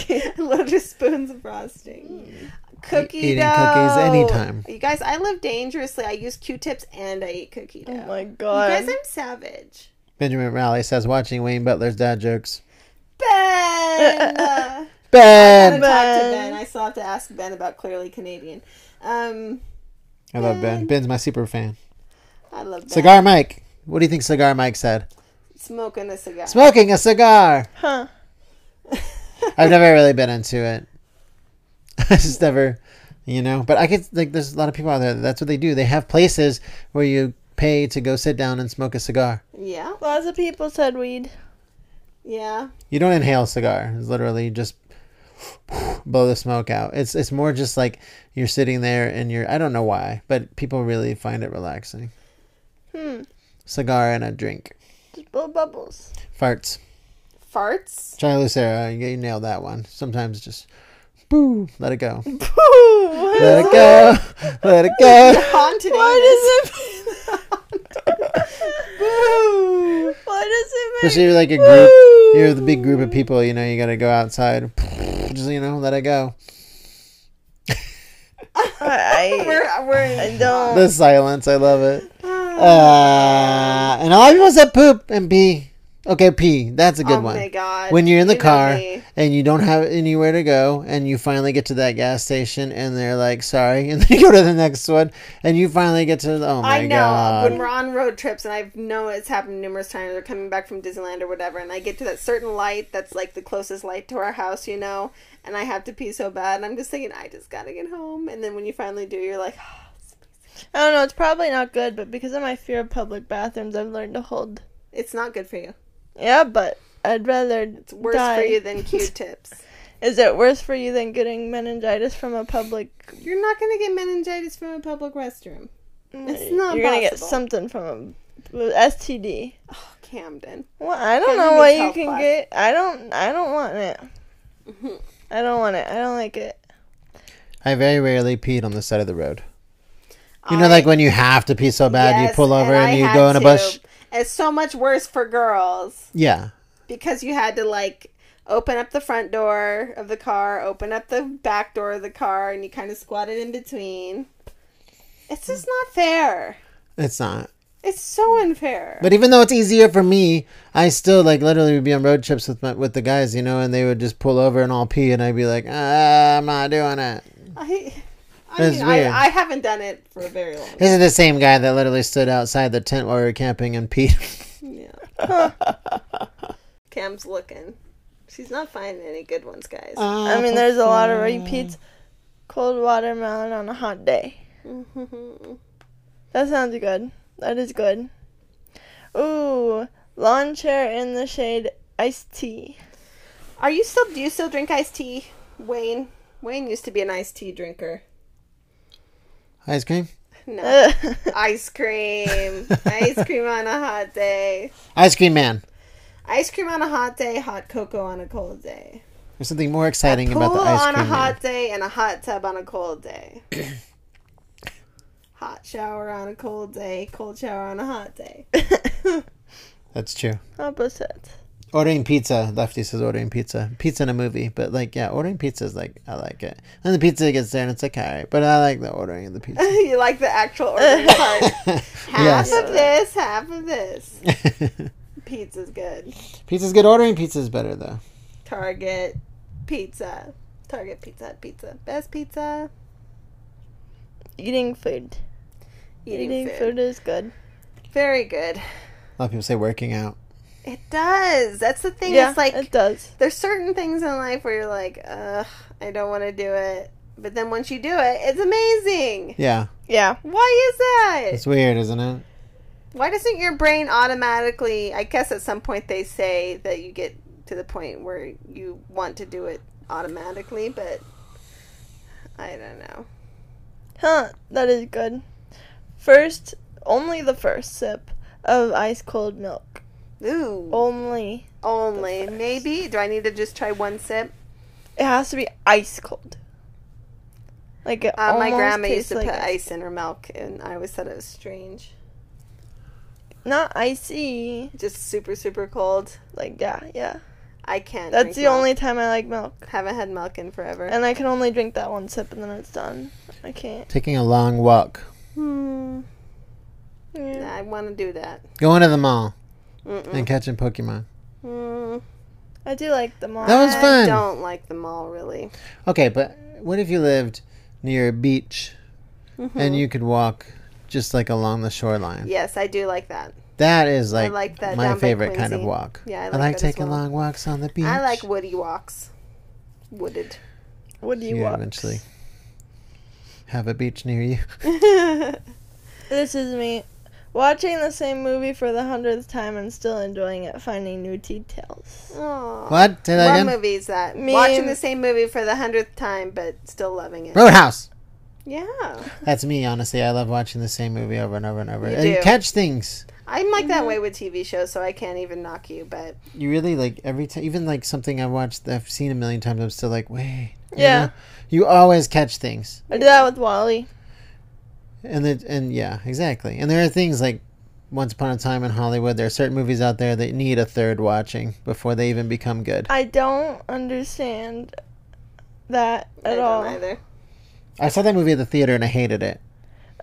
yesterday. I love just spoons of frosting. Mm. Cookie eating dough. cookies anytime. You guys, I live dangerously. I use Q-tips and I eat cookie dough. Oh my you god. guys, I'm savage. Benjamin Raleigh says watching Wayne Butler's dad jokes. Ben. I Ben. haven't talked to Ben. Ben. I still have to ask Ben about clearly Canadian. Um, I love Ben. Ben's my super fan. I love that. Cigar Mike. What do you think Cigar Mike said? Smoking a cigar. Smoking a cigar. Huh. I've never really been into it. I just never, you know. But I could like. There's a lot of people out there. That that's what they do. They have places where you pay to go sit down and smoke a cigar. yeah. Lots of people said weed. Yeah. You don't inhale a cigar. It's literally just blow the smoke out. It's it's more just like you're sitting there and you're. I don't know why, but people really find it relaxing. Hmm. Cigar and a drink. Just blow bubbles. Farts. Farts. Charlie Lucero, you, you nailed that one. Sometimes just boo, let it go, let it go, let it go. Haunted. Why does it? Boo! Why does it Especially make? you're like a group, you're the big group of people. You know, you gotta go outside, just you know, let it go. I, We're, we're, I don't. The silence, I love it. Uh, and a lot of people said poop and pee. Okay, pee. That's a good oh one. my god. When you're in the You know car me. and you don't have anywhere to go, and you finally get to that gas station, and they're like, "Sorry," and then you go to the next one, and you finally get to, oh my I know god, when we're on road trips, and I know it's happened numerous times. We're coming back from Disneyland or whatever, and I get to that certain light that's like the closest light to our house, you know, and I have to pee so bad. And I'm just thinking, I just gotta get home. And then when you finally do, you're like, I don't know. It's probably not good, but because of my fear of public bathrooms, I've learned to hold. it's not good for you. Yeah, but I'd rather It's worse for you than Q-tips. Is it worse for you than getting meningitis from a public? you're not gonna get meningitis from a public restroom. It's You're not gonna get possible. something from a STD. Oh, Camden. Well, I don't Can't know even what tell you can class. Mm-hmm. get. I don't. I don't want it. I don't want it. I don't like it. I very rarely peed on the side of the road. You know, like when you have to pee so bad, you Yes, pull over and, I you had go in a to. bush. It's so much worse for girls. Yeah, because you had to like open up the front door of the car, open up the back door of the car, and you kind of squatted in between. It's just not fair. it's not. It's so unfair. But even though it's easier for me, I still like literally would be on road trips with my, with the guys, you know, and they would just pull over and all pee, and I'd be like, ah, I'm not doing it. I, I That's mean, weird. I, I haven't done it for a very long. This is the same guy that literally stood outside the tent while we were camping and peed. Yeah. Cam's looking. She's not finding any good ones, guys. Uh, I mean, there's a lot of repeats. Cold watermelon on a hot day. Mm-hmm. That sounds good. That is good. Ooh, lawn chair in the shade, iced tea. Are you still? Do you still drink iced tea, Wayne? Wayne used to be an iced tea drinker. ice cream. No, Ugh. ice cream, ice cream on a hot day. Ice cream man. Ice cream on a hot day, hot cocoa on a cold day. There's something more exciting Pool about the ice on cream. a Man. hot day and a hot tub on a cold day. hot shower on a cold day, cold shower on a hot day. That's true. Opposite. Ordering pizza. Lefty says ordering pizza. Pizza in a movie, but like yeah, ordering pizza is like I like it. And the pizza gets there and it's like alright, but I like the ordering of the pizza. you like the actual ordering part. Half yes, of this, half of this. pizza's Pizza's good. good. Ordering pizza is better though. Target pizza. Target pizza, Hut pizza. Best pizza. Eating food. Eating, food. is good. Very good. A lot of people say working out. It does. That's the thing. Yeah, it's like it does. there's certain things in life where you're like, ugh, I don't want to do it. But then once you do it, it's amazing. Yeah, Yeah. Why is that? it's weird, isn't it? Why doesn't your brain automatically? I guess at some point they say that you get to the point where you want to do it automatically, but I don't know. Huh, that is good. First, only the first sip of ice cold milk. Ooh, Only. only the first. maybe. Do I need to just try one sip? It has to be ice cold. Like it Uh, my almost grandma used tastes to like put ice- ice in her milk, and I always thought it was strange. Not icy. Just super, super cold. Like yeah, yeah. I can't. That's drink the milk. only Uh, time I like milk, Haven't had milk in forever. and I can only drink that one sip, and then it's done. I can't. Taking a long walk, Hmm. Yeah. I want to do that. going to the mall, Mm-mm. and catching Pokemon. Mm. I do like the malt. That was I fun. don't like the mall really. Okay, but what if you lived near a beach Mm-hmm. and you could walk just like along the shoreline. Yes, I do like that. That is like, like that my down by favorite kind of Quincy. walk. Yeah, I I like like, that as taking well. long walks on the beach. I like woody walks. Wooded. What do you you want? eventually have a beach near you. This is me watching the same movie for the hundredth time and still enjoying it, finding new details. Aww. What did I What again? movie is that? Me Watching and- the same movie for the hundredth time, but still loving it. Roadhouse. Yeah, That's me. Honestly, I love watching the same movie over and over and over. You and do. catch things. I'm like Mm-hmm. that way with TV shows, so I can't even knock you. But You really like every time, even like something I watched that I've seen a million times. I'm still like, wait. you Yeah. know? You always catch things, I did that with Wally. and it, and yeah, exactly. And there are things like. Once upon a time in Hollywood, there are certain movies out there that need a third watching before they even become good. I don't understand that I at don't all. either. I saw that movie at the theater and I hated it.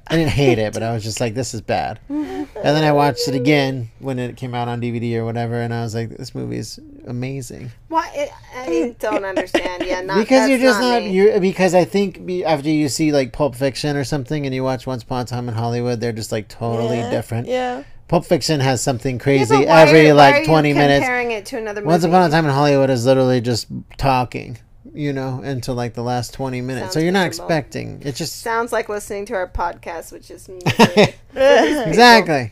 I didn't hate it, but I was just like, this is bad. And then I watched it again when it came out on DVD or whatever, and I was like, this movie is amazing. Why? It, I don't understand. Yeah, not because you're that's just not, me. you because I think be, after you see like Pulp Fiction or something and you watch Once Upon a Time in Hollywood, they're just like totally Yeah, different. Yeah. Pulp Fiction has something Yeah, crazy but why every are- why are like you 20 minutes. Comparing it to another movie. Once Upon a Time in Hollywood is literally just talking, you know, until like the last 20 minutes. Sounds so you're not miserable. expecting. It's just. sounds like listening to our podcast, which is music. exactly.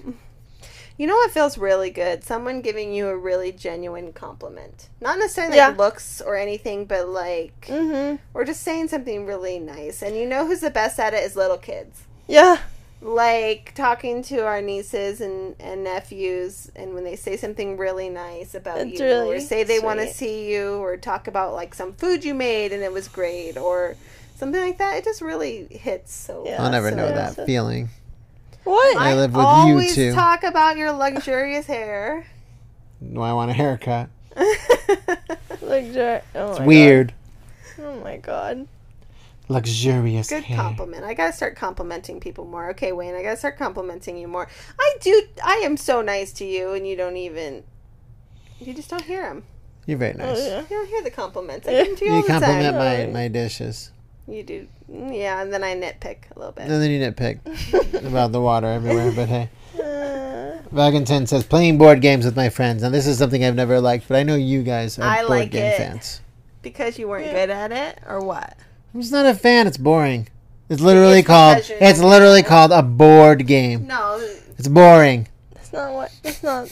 you know what feels really good? Someone giving you a really genuine compliment, not necessarily Yeah. looks or anything, but like mhm. or just saying something really nice. And you know who's the best at it is little kids. Yeah. like talking to our nieces and, and nephews and when they say something really nice about That's you or really say they want to sweet. see you or talk about like some food you made and it was great or something like that it just really hits so Yeah. I'll never so know well. that so- feeling. What? I live with you always two. talk about your luxurious hair No, I want a haircut. Luxur- oh It's my weird. God. Oh my god. Luxurious good hair. compliment i gotta start complimenting people more okay wayne i gotta start complimenting you more i do i am so nice to you and you don't even you just don't hear them You're very nice. Oh yeah. you don't hear the compliments i give 'em to you, all You the time. compliment my, Sorry. my dishes. You do, Mm, yeah, and then I nitpick a little bit. And then you nitpick about the water everywhere, but hey. Uh, Vagington says, playing board games with my friends. Now, this is something I've never liked, but I know you guys are I board like game it. fans. because you weren't Yeah. good at it, or what? I'm just not a fan. It's boring. It's literally called, because you're it's not literally good. called a board game. No, It's boring. that's not what. That's not.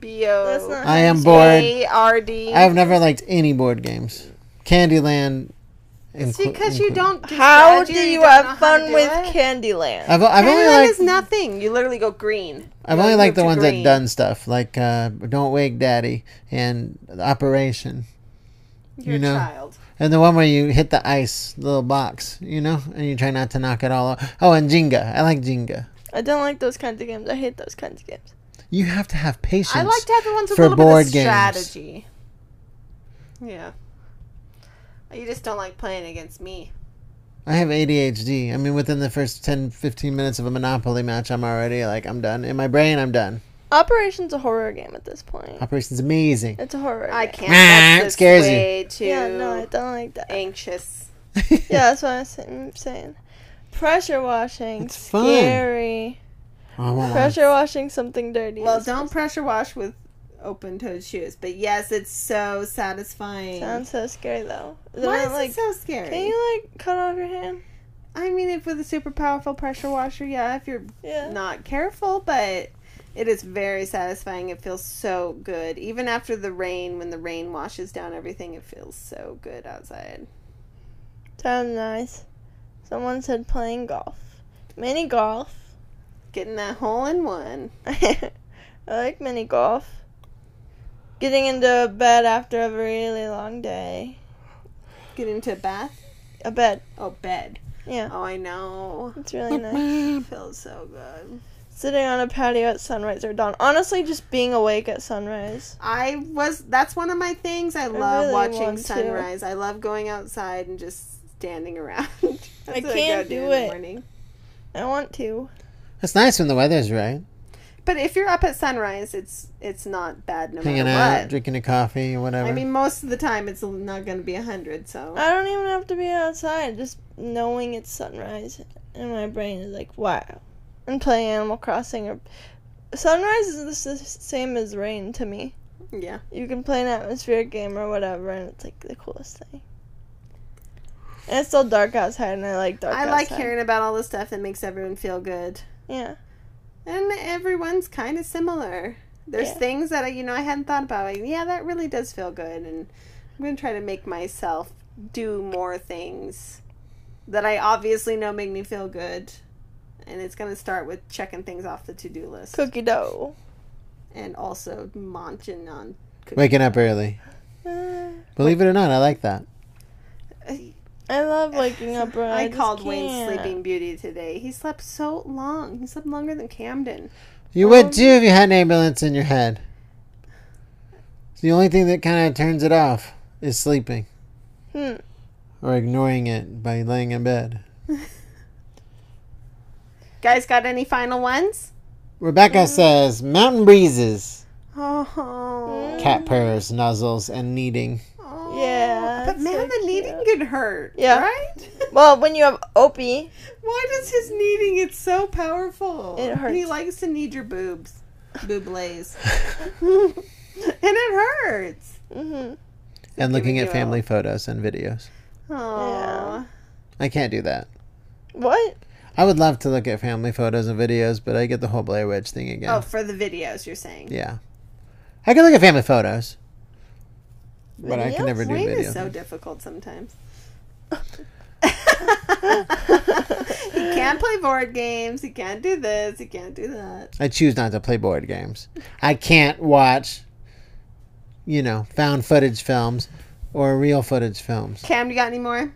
B That's not. O I am bored. A R D. I've never liked any board games. Candyland. It's inclu- because you inclu- don't. do How strategy, do you don't know have how to fun do with it. Candyland? I've, I've only Candyland liked is nothing. You literally go green. I've You only move liked the to ones green. that done stuff like uh, "Don't Wake Daddy" and Operation, You're you know. a child. and the one where you hit the ice little box, you know, and you try not to knock it all. Off. Oh, and Jenga. I like Jenga. I don't like those kinds of games. I hate those kinds of games. You have to have patience. I like to have the ones with for a little board bit of games. strategy. Yeah. You just don't like playing against me. I have ADHD. I mean, within the first 10, 15 minutes of a Monopoly match, I'm already like, I'm done. In my brain, I'm done. Operation's a horror game at this point. Operation's amazing. It's a horror. I game. can't. That's It just scares you. way too Yeah, no, I don't like that. anxious. Yeah, that's what I'm sa- I'm saying. Pressure washing. It's fun. scary. I won't lie. Pressure washing something dirty. Well, is- don't pressure wash with open toed shoes. But yes, it's so satisfying. Sounds so scary though. Isn't Why it, is like, it so scary? Can you like cut off your hand? I mean, if with a super powerful pressure washer, yeah, if you're Yeah. not careful, but it is very satisfying. It feels so good. Even after the rain, when the rain washes down everything, it feels so good outside. Sounds nice. Someone said playing golf. Mini golf. Getting that hole in one. I like mini golf. Getting into bed after a really long day. Getting into a bath. A bed. Oh, bed. Yeah. Oh, I know. It's really nice. It feels so good. Sitting on a patio at sunrise or dawn. Honestly, just being awake at sunrise. I was. That's one of my things. I love really watching want to. sunrise. I love going outside and just standing around. That's what go can't do in the it. morning. I want to. It's nice when the weather's right. But if you're up at sunrise, it's it's not bad no Hanging out, matter what. drinking a coffee, whatever. I mean, most of the time it's Uh, not going to be a hundred. So I don't even have to be outside. Just knowing it's sunrise and my brain is like, wow. And playing Animal Crossing or sunrise is the s- same as rain to me. Yeah. You can play an atmospheric game or whatever, and it's like the coolest thing. And it's still dark outside, and I like dark. I like outside. hearing about all the stuff that makes everyone feel good. Yeah, And everyone's kind of similar. There's Yeah. things that I, you know I hadn't thought about. Like, yeah, that really does feel good, and I'm gonna try to make myself do more things that I obviously know make me feel good. And it's gonna start with checking things off the to-do list, cookie dough. and also munching on. cookies. Waking up early. Uh, Believe it or not, I like that. I love waking up early. I, I, called just Wayne can't. Sleeping Beauty today. He slept so long. He slept longer than Camden. You Um, would too if you had an ambulance in your head. It's the only thing that kind of turns it off is sleeping Hmm. or ignoring it by laying in bed. Guys, got any final ones? Rebecca says mountain breezes, Mm. Oh. cat purrs, nuzzles, and kneading. Oh. Yeah, But that's man, so the kneading could hurt. Yeah. Right? Well, when you have Opie, Why does his kneading? It's so powerful. It And he hurts. likes to knead your boobs, boob lays, and it hurts. hmm and looking giving at you family photos and videos. Aww. I can't do that. what? I would love to look at family photos and videos, but I get the whole Blair Witch thing again. Oh, for the videos, you're saying. Yeah. I can look at family photos. But I can Videos? never do Wayne video. is so difficult sometimes. he can't play board games. He can't do this. He can't do that. I choose not to play board games. I can't watch, you know, found footage films or real footage films. Cam, you got any more?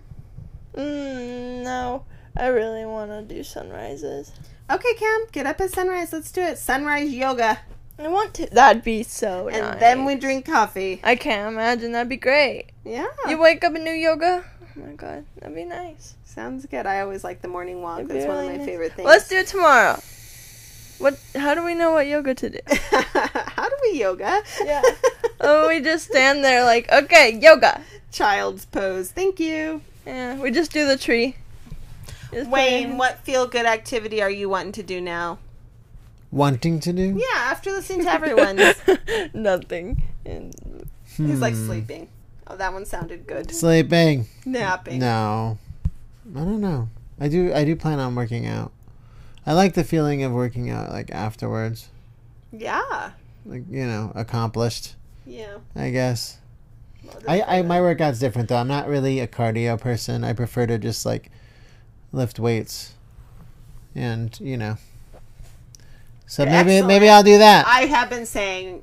Mm, no, I really want to do sunrises. Okay, Cam, get up at sunrise. Let's do it. Sunrise yoga, I want to. That'd be so and nice. then we drink coffee. I can't imagine. That'd be great. Yeah, You wake up and do yoga. Oh my god, that'd be nice. sounds good. I always like the morning walk. It'd be That's one of really my nice. favorite things. Let's do it tomorrow. What? How do we know what yoga to do? How do we yoga? Yeah. oh, we just stand there like, okay, yoga. Child's pose. Thank you, Yeah, we just do the tree. Just put Wayne. it- What feel good activity are you wanting to do now? Wanting to do? Yeah, after listening to everyone's. Nothing. And He's like Hmm. sleeping. Oh, that one sounded good. Sleeping. Napping. No. I don't know. I do I do plan on working out. I like the feeling of working out like afterwards. Yeah. Like, you know, accomplished, Yeah. I guess. Well, I, I my workout's different though. I'm not really a cardio person. I prefer to just like lift weights, and you know. So maybe Excellent. maybe I'll do that. I have been saying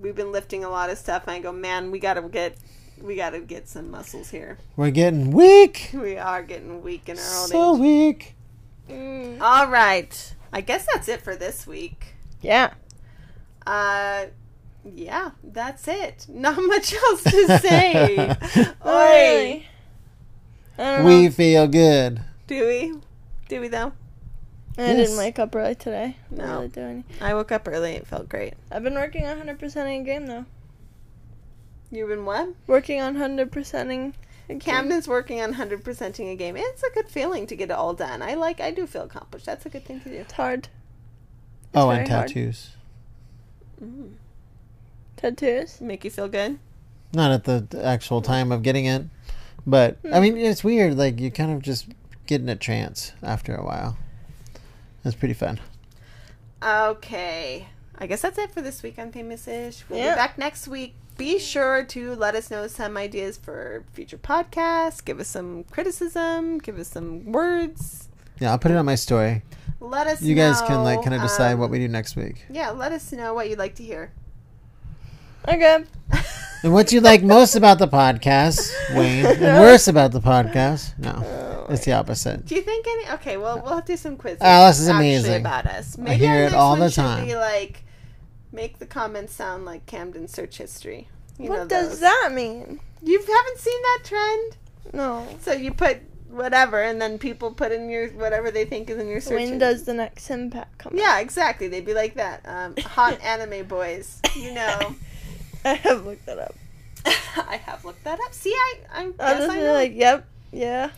we've been lifting a lot of stuff, and I go, man, we gotta get we gotta get some muscles here. We're getting weak, We are getting weak in our old so age. weak. Mm. All right, I guess that's it for this week. yeah, Uh, yeah, that's it. Not much else to say. Oi, I don't We we feel good. do we? Do we though? I didn't Yes. wake up early today. Didn't No. really do any. I woke up early. It felt great. I've been working on 100%ing game though. You've been what? Working on 100%ing. a game. Camden's working on hundred percenting a game. It's a good feeling to get it all done. I like. I do feel accomplished. That's a good thing to do. It's hard. oh, very and hard. tattoos. Tattoos. Make you feel good. Not at the the actual time of getting it, but I mean it's weird. Like you kind of just get in a trance after a while. That's pretty fun. Okay. I guess that's it for this week on Famous Ish. We'll Yeah. be back next week. Be sure to let us know some ideas for future podcasts. Give us some criticism. Give us some words. Yeah, I'll put it on my story. Let us. You guys can like know, kind of decide um, what we do next week. Yeah, let us know what you'd like to hear. Okay. And what you like most about the podcast, Wayne, and worse about the podcast? Oh, No, it's the opposite. Do you think any? Okay, well, we'll do some quizzes. Alice Oh, is actually amazing. about us. Maybe hear our it next all one the should time. Be like, make the comments sound like Camden search history. You know what does those. that mean? You haven't seen that trend? No. So you put whatever, and then people put in your whatever they think is in your search. When engine. does the next impact come? out? Yeah, exactly. They'd be like that. Um, hot anime boys. You know. I have looked that up. I have looked that up. See, I, I I guess just I feel know. like, yep, yeah.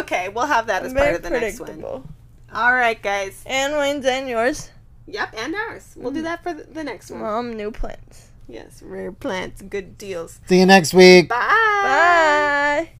okay, we'll have that as very part of the next one. predictable. All right, guys. And Wayne's and yours. Yep, and ours. We'll Mm. do Mm. that for the the next one. Mom, new plants. Yes, rare plants, good deals. See you next week. Bye.